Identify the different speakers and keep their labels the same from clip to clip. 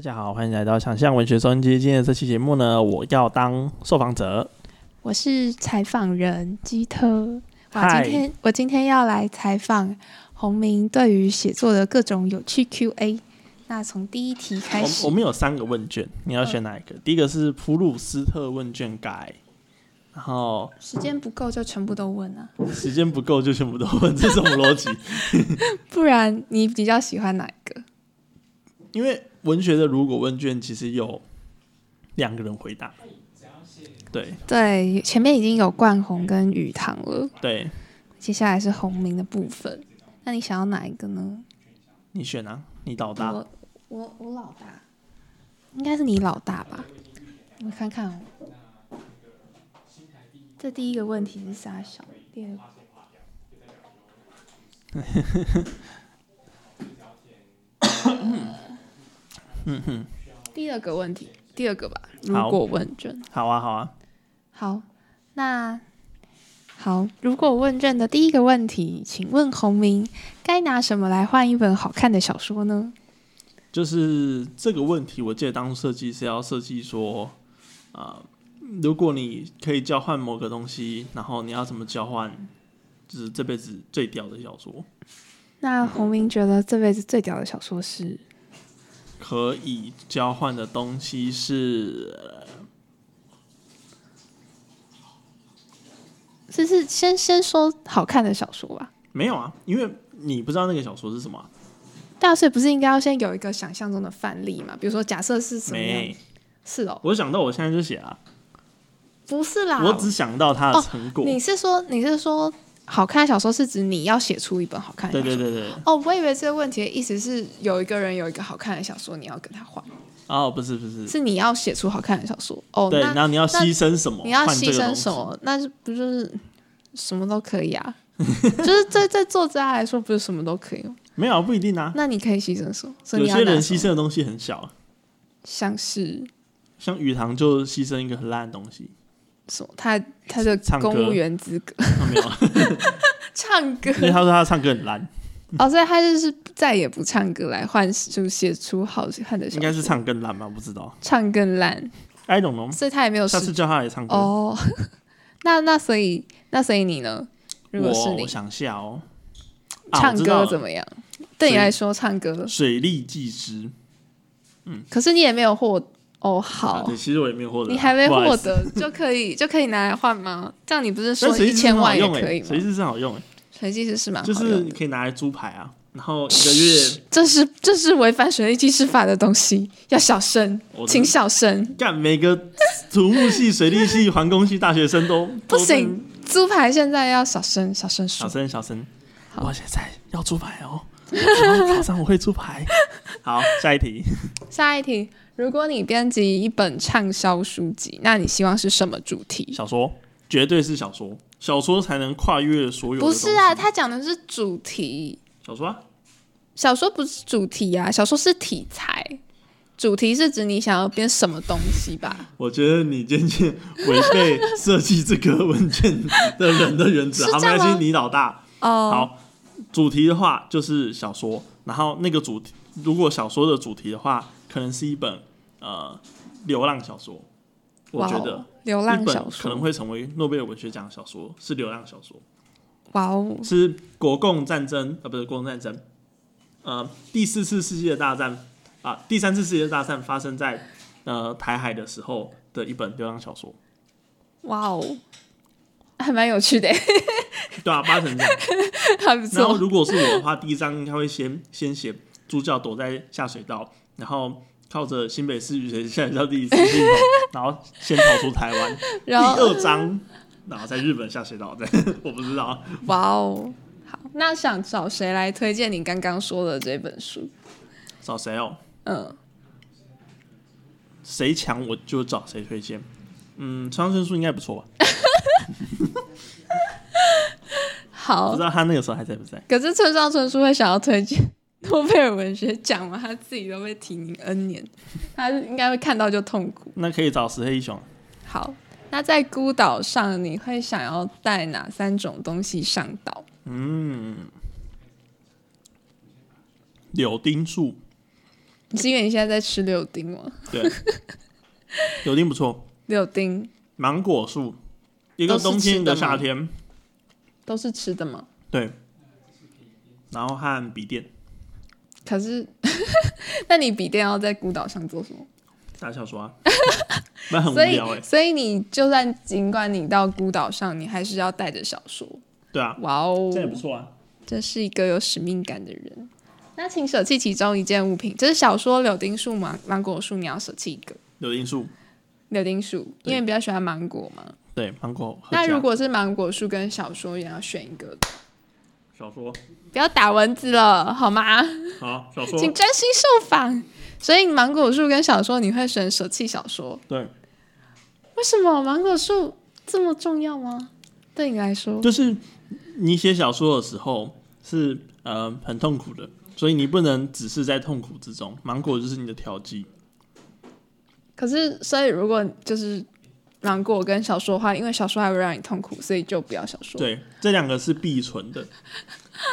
Speaker 1: 家好，欢迎来到想象文学收音机。今天的这期节目呢，我要当受访者。
Speaker 2: 我是采访人基特。
Speaker 1: 嗨
Speaker 2: 哇，今天我今天要来采访洪明对于写作的各种有趣 Q&A。那从第一题开
Speaker 1: 我我
Speaker 2: 始，
Speaker 1: 们有三个问卷，你要选哪一个？第一个是普鲁斯特问卷改，然后
Speaker 2: 时间不够就全部都问啊，
Speaker 1: 时间不够就全部都问，这是什么逻 辑？
Speaker 2: 不然你比较喜欢哪一个？
Speaker 1: 因为文学的如果问卷其实有两个人回答，
Speaker 2: 哎
Speaker 1: 对
Speaker 2: 对，前面已经有冠宏跟雨堂了，
Speaker 1: 对，
Speaker 2: 接下来是洪明的部分。那你想要哪一个呢？
Speaker 1: 你选啊，你老大。
Speaker 2: 我我我老大，应该是你老大吧？我看看哦。这第一个问题是啥小？第二个
Speaker 1: 嗯哼，
Speaker 2: 第二个问题，第二个吧。如
Speaker 1: 好
Speaker 2: 果问卷，
Speaker 1: 好啊好啊，
Speaker 2: 好，那好，如果问卷的第一个问题，请问洪明该拿什么来换一本好看的小说呢？
Speaker 1: 就是这个问题，我记得当初设计是要设计说，啊、如果你可以交换某个东西，然后你要怎么交换，就是这辈子最屌的小说，
Speaker 2: 那洪明觉得这辈子最屌的小说是？
Speaker 1: 可以交换的东西是，呃
Speaker 2: 是是先先说好看的小说吧。
Speaker 1: 没有啊，因为你不知道那个小说是什么啊、
Speaker 2: 大家所以不是应该要先有一个想象中的范例嘛？比如说，假设是什么样？
Speaker 1: 没，
Speaker 2: 是哦，
Speaker 1: 我想到我现在就写啊，
Speaker 2: 不是啦。
Speaker 1: 我只想到它的成果，
Speaker 2: 啊哦你是说你是说好看的小说是指你要写出一本好看的
Speaker 1: 对
Speaker 2: 小说？
Speaker 1: 对对对，
Speaker 2: 哦，我以为这个问题的意思是有一个人有一个好看的小说，你要跟他换，
Speaker 1: 哦，不是不是，
Speaker 2: 是你要写出好看的小说。哦，
Speaker 1: 对，然
Speaker 2: 那
Speaker 1: 后你要牺牲什么，
Speaker 2: 你要
Speaker 1: 换这
Speaker 2: 牺
Speaker 1: 个东
Speaker 2: 牲
Speaker 1: 西
Speaker 2: 什？么？那是不就是什么都可以啊？ 就是对对作家来说，不是什么都可以吗？
Speaker 1: 没有啊不一定啊，
Speaker 2: 那你可以牺牲什么？所以
Speaker 1: 有
Speaker 2: 你要
Speaker 1: 些
Speaker 2: 拿
Speaker 1: 人
Speaker 2: 什
Speaker 1: 牺
Speaker 2: 么
Speaker 1: 牲的东西很小啊。
Speaker 2: 像是
Speaker 1: 像鱼塘就牺牲一个很烂的东西，
Speaker 2: 什么？他他的
Speaker 1: 唱歌
Speaker 2: 公务员资格
Speaker 1: 啊、没有，
Speaker 2: 唱歌
Speaker 1: 因为他说他唱歌很烂，
Speaker 2: 哦，所以他就是再也不唱歌来换，就写出好看的小
Speaker 1: 应
Speaker 2: 说，
Speaker 1: 该是唱更烂吧，不知道。
Speaker 2: 唱更烂，
Speaker 1: I don't know，
Speaker 2: 所以他也没有
Speaker 1: 下次
Speaker 2: 试
Speaker 1: 叫他来唱歌。
Speaker 2: 哦。 那那所以那所以你呢？如果是
Speaker 1: 我
Speaker 2: 你
Speaker 1: 我想下哦，啊
Speaker 2: 唱歌怎？
Speaker 1: 我知道
Speaker 2: 么样？对
Speaker 1: 所
Speaker 2: 你
Speaker 1: 以
Speaker 2: 来说唱歌
Speaker 1: 了，水利技师
Speaker 2: 可是你也没有获哦，
Speaker 1: 啊，
Speaker 2: 好
Speaker 1: 对，，其实我也没有获得啊，
Speaker 2: 你还没
Speaker 1: 不好意
Speaker 2: 获
Speaker 1: 思。
Speaker 2: 得就可以就可以拿来换吗？这样你不是
Speaker 1: 但
Speaker 2: 说
Speaker 1: 水
Speaker 2: 一
Speaker 1: 利技
Speaker 2: 千
Speaker 1: 师
Speaker 2: 万
Speaker 1: 很
Speaker 2: 也
Speaker 1: 好用
Speaker 2: 可以
Speaker 1: 欸，
Speaker 2: 吗
Speaker 1: 水？利技师很好用欸，
Speaker 2: 水技师是蛮好
Speaker 1: 就
Speaker 2: 用
Speaker 1: 是
Speaker 2: 的
Speaker 1: 你可以拿来猪排啊，然后一个月
Speaker 2: 这是这是违反水利技师法的东西，要小声
Speaker 1: 我，的
Speaker 2: 请小声。
Speaker 1: 干每个土木系、水利系、环工系大学生都
Speaker 2: 不行，猪排现在要小声小声
Speaker 1: 小
Speaker 2: 说。
Speaker 1: 声小声，
Speaker 2: 好
Speaker 1: 我现在要猪排哦，我要考上我会猪排。好，下一题。
Speaker 2: 下一题，如果你编辑一本畅销书籍，那你希望是什么主题？
Speaker 1: 小说绝对是小说，小说才能跨越所有的
Speaker 2: 不
Speaker 1: 东西。
Speaker 2: 是啊，他讲的是主题，
Speaker 1: 小说啊，
Speaker 2: 小说不是主题啊，小说是题材。主题是指你想要编什么东西吧？
Speaker 1: 我觉得你渐渐违背设计这个文件的人的原则。
Speaker 2: 是
Speaker 1: 好，
Speaker 2: 这
Speaker 1: 没
Speaker 2: 样吗
Speaker 1: 关系，你老大。
Speaker 2: 哦，
Speaker 1: 好，主题的话就是小说，然后那个主题，如果小说的主题的话，可能是一本呃流浪小说。我
Speaker 2: 哇
Speaker 1: 觉
Speaker 2: 哦
Speaker 1: 得
Speaker 2: 流
Speaker 1: 一
Speaker 2: 浪
Speaker 1: 本
Speaker 2: 小
Speaker 1: 可能
Speaker 2: 说，
Speaker 1: 会成为诺贝尔文学奖的小说是流浪小说。
Speaker 2: 哇哦，
Speaker 1: 是国共战争啊，不是国共战争，呃，第四次世界大战啊、第三次世界大战发生在呃台海的时候的一本流浪小说，
Speaker 2: 哇哦，还蛮有趣的，
Speaker 1: 对啊，八 成这样。
Speaker 2: 还不
Speaker 1: 然后
Speaker 2: 错。
Speaker 1: 如果是我的话，第一章应该会先先写主角躲在下水道，然后靠着新北市雨水下水道第一次系统， 然后先逃出台湾。第
Speaker 2: 然后，
Speaker 1: 二章，然后在日本下水道， 对，我不知道。
Speaker 2: 哇哦，好，那想找谁来推荐你刚刚说的这本书？
Speaker 1: 找谁哦？
Speaker 2: 嗯，
Speaker 1: 谁强我就找谁推荐。嗯，村上春树应该不错吧？不
Speaker 2: 好
Speaker 1: 知。道他那个时候还在不在？
Speaker 2: 可是村上春树会想要推荐诺贝尔文学奖吗？他自己都被提名 N 年， 他应该会看到就痛苦。
Speaker 1: 那可以找石黑一雄。
Speaker 2: 好，那在孤岛上，你会想要带哪三种东西上岛？
Speaker 1: 嗯，柳丁树、
Speaker 2: 你是因为你现在在吃柳丁吗？
Speaker 1: 对，柳丁不错，
Speaker 2: 柳丁
Speaker 1: 芒果树，一个
Speaker 2: 都是
Speaker 1: 冬天
Speaker 2: 吃
Speaker 1: 一
Speaker 2: 的
Speaker 1: 个
Speaker 2: 吗
Speaker 1: 夏天，
Speaker 2: 都是吃的吗？
Speaker 1: 对。然后和笔电
Speaker 2: 可是， 那你笔电要在孤岛上做什么？
Speaker 1: 大笑说啊， 那很无
Speaker 2: 所以
Speaker 1: 聊哎、，
Speaker 2: 所以你就算尽管你到孤岛上，你还是要带着小说。
Speaker 1: 对啊，
Speaker 2: 哇哦
Speaker 1: 这，也不错啊。
Speaker 2: 真是一个有使命感的人。那请舍弃其中一件物品，这是小说《柳丁树》芒芒果树，你要舍弃一个
Speaker 1: 柳丁树，
Speaker 2: 柳丁树，因为你比较喜欢芒果嘛。
Speaker 1: 对，芒果合
Speaker 2: 那
Speaker 1: 家
Speaker 2: 如果是芒果树跟小说，也要选一个。
Speaker 1: 小说，
Speaker 2: 不要打蚊子了，好吗？
Speaker 1: 好，小
Speaker 2: 请
Speaker 1: 说，
Speaker 2: 专心受访。所以芒果树跟小说，你会选舍弃小说？
Speaker 1: 对，
Speaker 2: 为什么芒果树这么重要吗？对你来说，
Speaker 1: 就是你写小说的时候是呃很痛苦的，所以你不能只是在痛苦之中。芒果就是你的调剂，
Speaker 2: 可是所以如果就是芒果跟小说的话，因为小说还会让你痛苦，所以就不要小说。，
Speaker 1: 对，这两个是必存的，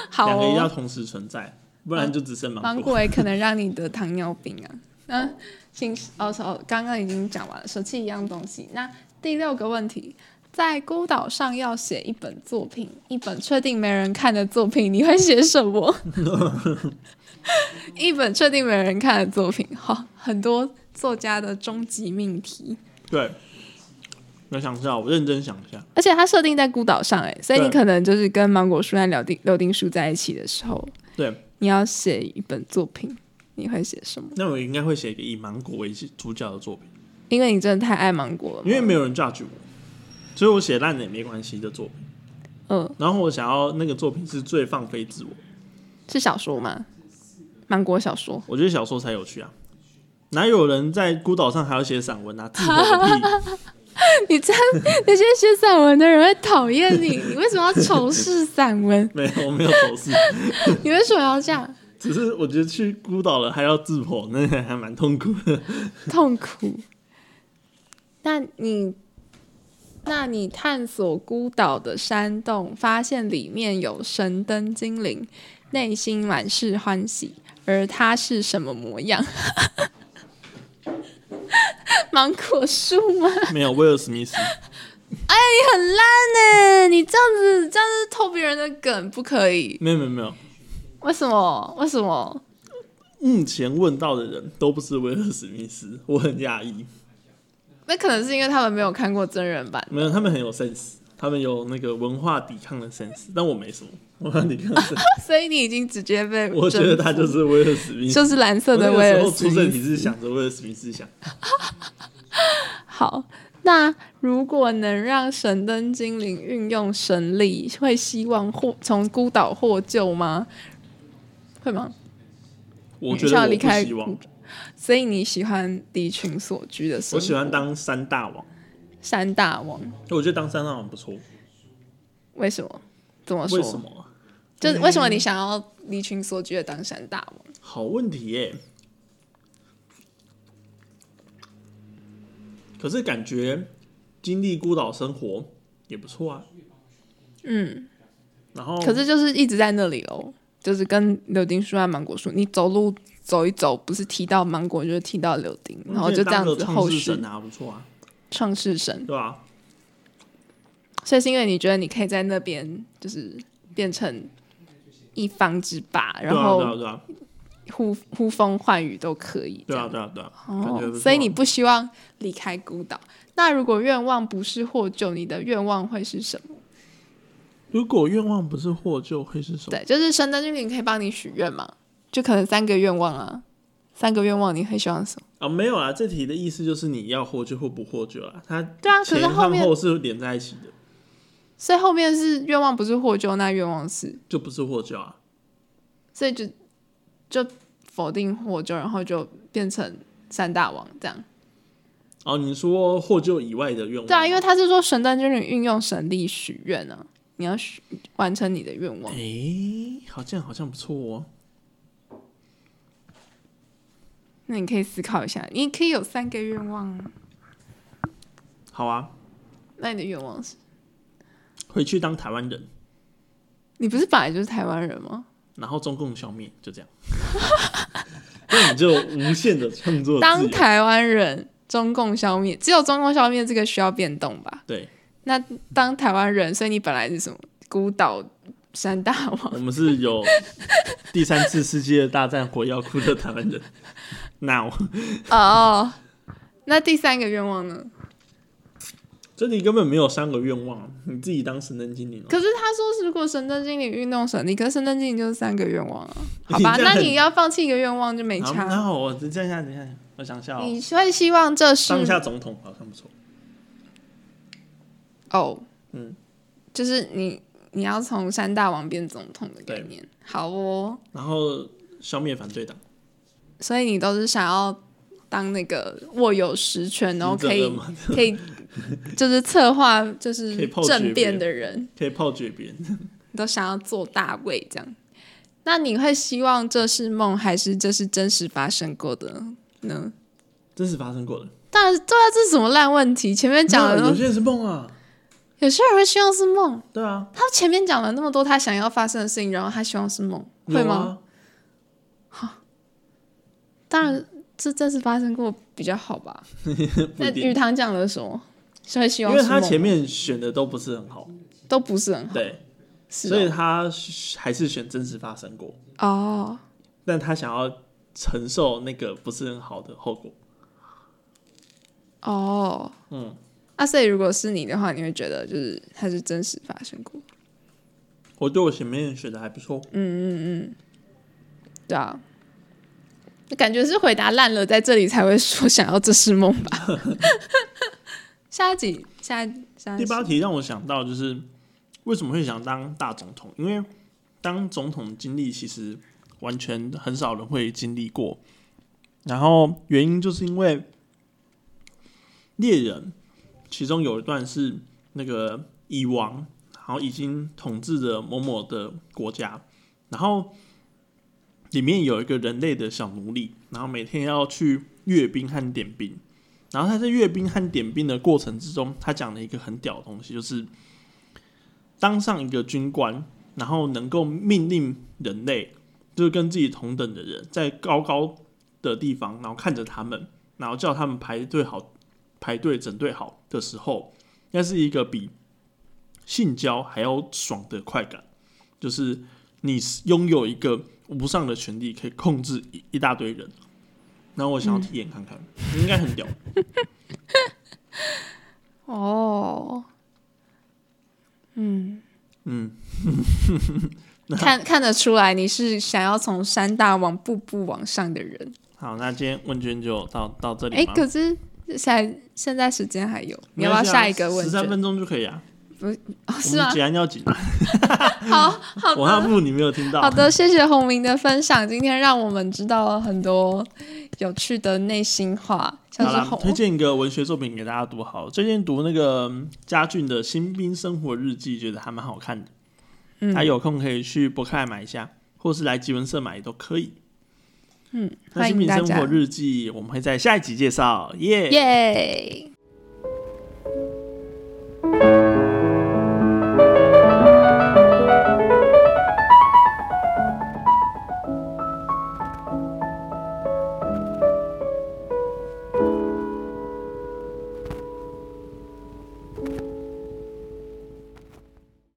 Speaker 2: 好、
Speaker 1: 两个要
Speaker 2: 哦，
Speaker 1: 同时存在，不然就只剩
Speaker 2: 芒
Speaker 1: 芒果。
Speaker 2: 果也可能让你得糖尿病啊。那请哦哦，刚刚已经讲完了，舍弃一样东西。那第六个问题，在孤岛上要写一本作品，一本确定没人看的作品，你会写什 么？一本确定没人看的作品，好、很多作家的终极命题。
Speaker 1: 对，我想一下，我认真想一下，
Speaker 2: 而且它设定在孤岛上，哎，所以你
Speaker 1: 对
Speaker 2: 可能就是跟芒果树和柳丁柳丁树在一起的时候，
Speaker 1: 对，
Speaker 2: 你要写一本作品，你会写什么？
Speaker 1: 那我应该会写一个以芒果为主角的作品，
Speaker 2: 因为你真的太爱芒果了嘛，
Speaker 1: 因为没有人 judge 我，所以我写烂了也没关系的作品。
Speaker 2: 嗯，
Speaker 1: 然后我想要那个作品是最放飞自我，
Speaker 2: 是小说吗？芒果 小说，
Speaker 1: 我觉得小说才有趣啊。哪有人在孤岛上还要写散文啊？自我个屁！
Speaker 2: 你这样 那些写散文的人会讨厌你，你为什么要仇视散文？
Speaker 1: 没有，我没有仇视，
Speaker 2: 你为什么要这样
Speaker 1: 只是我觉得去孤岛了还要自剖，那还蛮痛苦的。
Speaker 2: 痛苦？那你，那你探索孤岛的山洞，发现里面有神灯精灵，内心满是欢喜，而它是什么模样？ 芒果树吗？
Speaker 1: 没有威尔史密斯，
Speaker 2: 你哎很烂呢，你这样子这样子偷别人的梗不可以。
Speaker 1: 没有没有没有，
Speaker 2: 为什么？为什么？
Speaker 1: 目前问到的人都不是威尔史密斯，我很讶异。
Speaker 2: 那可能是因为他们没有看过真人版。
Speaker 1: 没有，他们很有 sense，他们有那个文化抵抗的 sense，但我没什么文化抵抗的 sense。
Speaker 2: 所以你已经直接被
Speaker 1: 我觉得他就
Speaker 2: 征
Speaker 1: 是威尔史密
Speaker 2: 服
Speaker 1: 斯。
Speaker 2: 就是蓝色
Speaker 1: 我那
Speaker 2: 的
Speaker 1: 个
Speaker 2: 威
Speaker 1: 时
Speaker 2: 尔
Speaker 1: 候
Speaker 2: 斯
Speaker 1: 出生
Speaker 2: 密
Speaker 1: 你
Speaker 2: 斯。
Speaker 1: 是想着威尔史密斯想，
Speaker 2: 好，那如果能让神灯精灵运用神力，会希望获从孤岛获救吗？会吗？
Speaker 1: 我觉得我
Speaker 2: 你想要离
Speaker 1: 不
Speaker 2: 开
Speaker 1: 希望，
Speaker 2: 所以你喜欢离群索居的生活？
Speaker 1: 我喜欢当山大王，
Speaker 2: 山大王，
Speaker 1: 我觉得当山大王不错。
Speaker 2: 为什么？怎么说？
Speaker 1: 为什么啊？
Speaker 2: 就是为什么你想要离群索居的当山大王？
Speaker 1: 好问题耶。可是感觉经历孤岛生活也不错啊。
Speaker 2: 嗯，
Speaker 1: 然后
Speaker 2: 可是就是一直在那里哦，就是跟柳丁树和芒果树，你走路走一走，不是提到芒果就是提到柳丁，
Speaker 1: 嗯
Speaker 2: 然后就这
Speaker 1: 当
Speaker 2: 样
Speaker 1: 个
Speaker 2: 子
Speaker 1: 创
Speaker 2: 后
Speaker 1: 世
Speaker 2: 续
Speaker 1: 神啊，不错啊，
Speaker 2: 创世神。
Speaker 1: 对啊吧、
Speaker 2: 所以是因为你觉得你可以在那边就是变成一方之霸，
Speaker 1: 对
Speaker 2: 然
Speaker 1: 啊，对
Speaker 2: 后
Speaker 1: 啊，对啊，
Speaker 2: 呼呼风唤雨都可以这
Speaker 1: 对
Speaker 2: 样。
Speaker 1: 啊，对啊，对啊。感觉
Speaker 2: 哦
Speaker 1: 不，错
Speaker 2: 所以你不希望离开孤岛。那如果愿望不是获救，你的愿望会是什么？
Speaker 1: 如果愿望不是获救，会是什么？
Speaker 2: 对，就是神灯精灵可以帮你许愿嘛？就可能三个愿望啊，三个愿望你会希望什么？
Speaker 1: 啊，没有啊，这题的意思就是你要获救或不获救啊。它
Speaker 2: 对啊，可是
Speaker 1: 前
Speaker 2: 后
Speaker 1: 和
Speaker 2: 面，
Speaker 1: 后是连在一起的，
Speaker 2: 所以后面是愿望不是获救，那愿望是，
Speaker 1: 就不是获救啊。
Speaker 2: 所以就就否定获救，然后就变成三大王这样。
Speaker 1: 哦，你说获救以外的愿望？
Speaker 2: 对啊，因为他是说神灯精灵运用神力许愿啊，你要许完成你的愿望。
Speaker 1: 诶，好像好像不错哦。
Speaker 2: 那你可以思考一下，你可以有三个愿望啊，
Speaker 1: 好啊，
Speaker 2: 那你的愿望是？
Speaker 1: 回去当台湾人，
Speaker 2: 你不是本来就是台湾人吗？
Speaker 1: 然后中共消灭，就这样。那你就无限的创作自
Speaker 2: 当
Speaker 1: 由。
Speaker 2: 台湾人中共消灭，只有中共消灭这个需要变动吧？
Speaker 1: 对，
Speaker 2: 那当台湾人，所以你本来是什么孤岛山大
Speaker 1: 我
Speaker 2: 王？
Speaker 1: 们是有第三次世界大战火药库的台湾人。Now，
Speaker 2: 哦，那第三个愿望呢？
Speaker 1: 这里根本没有三个愿望，你自己当神灯精灵哦、
Speaker 2: 可是他说是如果神灯精灵运动神力，可是神灯精灵就是三个愿 望啊，好
Speaker 1: 你
Speaker 2: 吧？
Speaker 1: 这
Speaker 2: 那
Speaker 1: 样很
Speaker 2: 你要放弃一个愿望就没
Speaker 1: 好，然
Speaker 2: 差。
Speaker 1: 后我等一下，等一下，我想一下、哦，
Speaker 2: 你会希望这是
Speaker 1: 当一下总统好像不错。
Speaker 2: 哦，
Speaker 1: 嗯，
Speaker 2: 就是你你要从山大王变总统的概
Speaker 1: 对
Speaker 2: 念，好哦。
Speaker 1: 然后消灭反对党，
Speaker 2: 所以你都是想要当那个握有实权，然后
Speaker 1: 执
Speaker 2: 可
Speaker 1: 政
Speaker 2: 以
Speaker 1: 恶魔
Speaker 2: 可以就是策划就
Speaker 1: 可以
Speaker 2: 是
Speaker 1: 炮决
Speaker 2: 政
Speaker 1: 别
Speaker 2: 变
Speaker 1: 人
Speaker 2: 的人，
Speaker 1: 可以炮决别人。
Speaker 2: 你都想要做大位这样。那你会希望这是梦，还是这是真实发生过的呢？
Speaker 1: 真是发生过的。
Speaker 2: 当然，对啊，这是什么烂问题？前面 讲
Speaker 1: 没
Speaker 2: 了
Speaker 1: 有有
Speaker 2: 都，
Speaker 1: 些人是梦啊，
Speaker 2: 有些人会希望是梦。
Speaker 1: 对啊，
Speaker 2: 他前面讲了那么多他想要发生的事情，然后他希望是梦，会
Speaker 1: 有
Speaker 2: 吗？
Speaker 1: 啊？
Speaker 2: 当然，这真实发生过比较 好吧。
Speaker 1: 不
Speaker 2: 那
Speaker 1: 一定
Speaker 2: 雨堂讲了什么？是会希
Speaker 1: 啊因
Speaker 2: 望
Speaker 1: 为
Speaker 2: 啊是
Speaker 1: 他
Speaker 2: 梦
Speaker 1: 前面选的都不是很好，
Speaker 2: 都不是很好，
Speaker 1: 对，
Speaker 2: 是
Speaker 1: 所以
Speaker 2: 哦
Speaker 1: 他还是选真实发生过，
Speaker 2: 哦，
Speaker 1: 但他想要承受那个不是很好的后果。
Speaker 2: 哦，
Speaker 1: 嗯，
Speaker 2: 啊，所以如果是你的话，你会觉得就是它是真实发生过，
Speaker 1: 我对我前面选的还不错，
Speaker 2: 对啊，感觉是回答烂了，在这里才会说想要这是梦 吧。下一集，下一下一
Speaker 1: 第
Speaker 2: 集
Speaker 1: 八题让我想到就是为什么会想当大总统，因为当总统经历其实完全很少人会经历过，然后原因就是因为猎人其中有一段是那个蚁王，然后已经统治着某某的国家，然后里面有一个人类的小奴隶，然后每天要去阅兵和点兵。然后他在阅兵和点兵的过程之中，他讲了一个很屌的东西，就是当上一个军官，然后能够命令人类，就是跟自己同等的人，在高高的地方，然后看着他们，然后叫他们排队好，排队整队好的时候，那是一个比性交还要爽的快感，就是你拥有一个无上的权利，可以控制一一大堆人。然后我想要体验看看，应该很屌。
Speaker 2: 哦，嗯，
Speaker 1: 嗯，
Speaker 2: 看看得出来你是想要从山大往步步往上的人。
Speaker 1: 好，那今天问卷就到到这
Speaker 2: 哎、
Speaker 1: 里吗？
Speaker 2: 可是现现在时间还有，你
Speaker 1: 没
Speaker 2: 要不要
Speaker 1: 关系啊
Speaker 2: 下一个问
Speaker 1: 十
Speaker 2: 卷
Speaker 1: 三？分钟就可以啊，
Speaker 2: 哦，
Speaker 1: 我
Speaker 2: 是
Speaker 1: 们
Speaker 2: 吗？
Speaker 1: 结案要紧啊，
Speaker 2: 好好
Speaker 1: 我要
Speaker 2: 的，
Speaker 1: 不你没有听到。
Speaker 2: 好的，谢谢洪明的分享，今天让我们知道了很多有趣的内心话，像
Speaker 1: 好
Speaker 2: 是
Speaker 1: 啦，推
Speaker 2: 洪
Speaker 1: 荐一个文学作品给大家读好了。最近读那个嗯家俊的《新兵生活日记》，觉得还蛮好看的。
Speaker 2: 嗯
Speaker 1: 大家有空可以去博客来买一下，或是来吉文社买都可以。
Speaker 2: 嗯，
Speaker 1: 那《
Speaker 2: 欢
Speaker 1: 新兵
Speaker 2: 迎大
Speaker 1: 生
Speaker 2: 家
Speaker 1: 活，日记》我们会在下一集介绍，耶、
Speaker 2: 耶。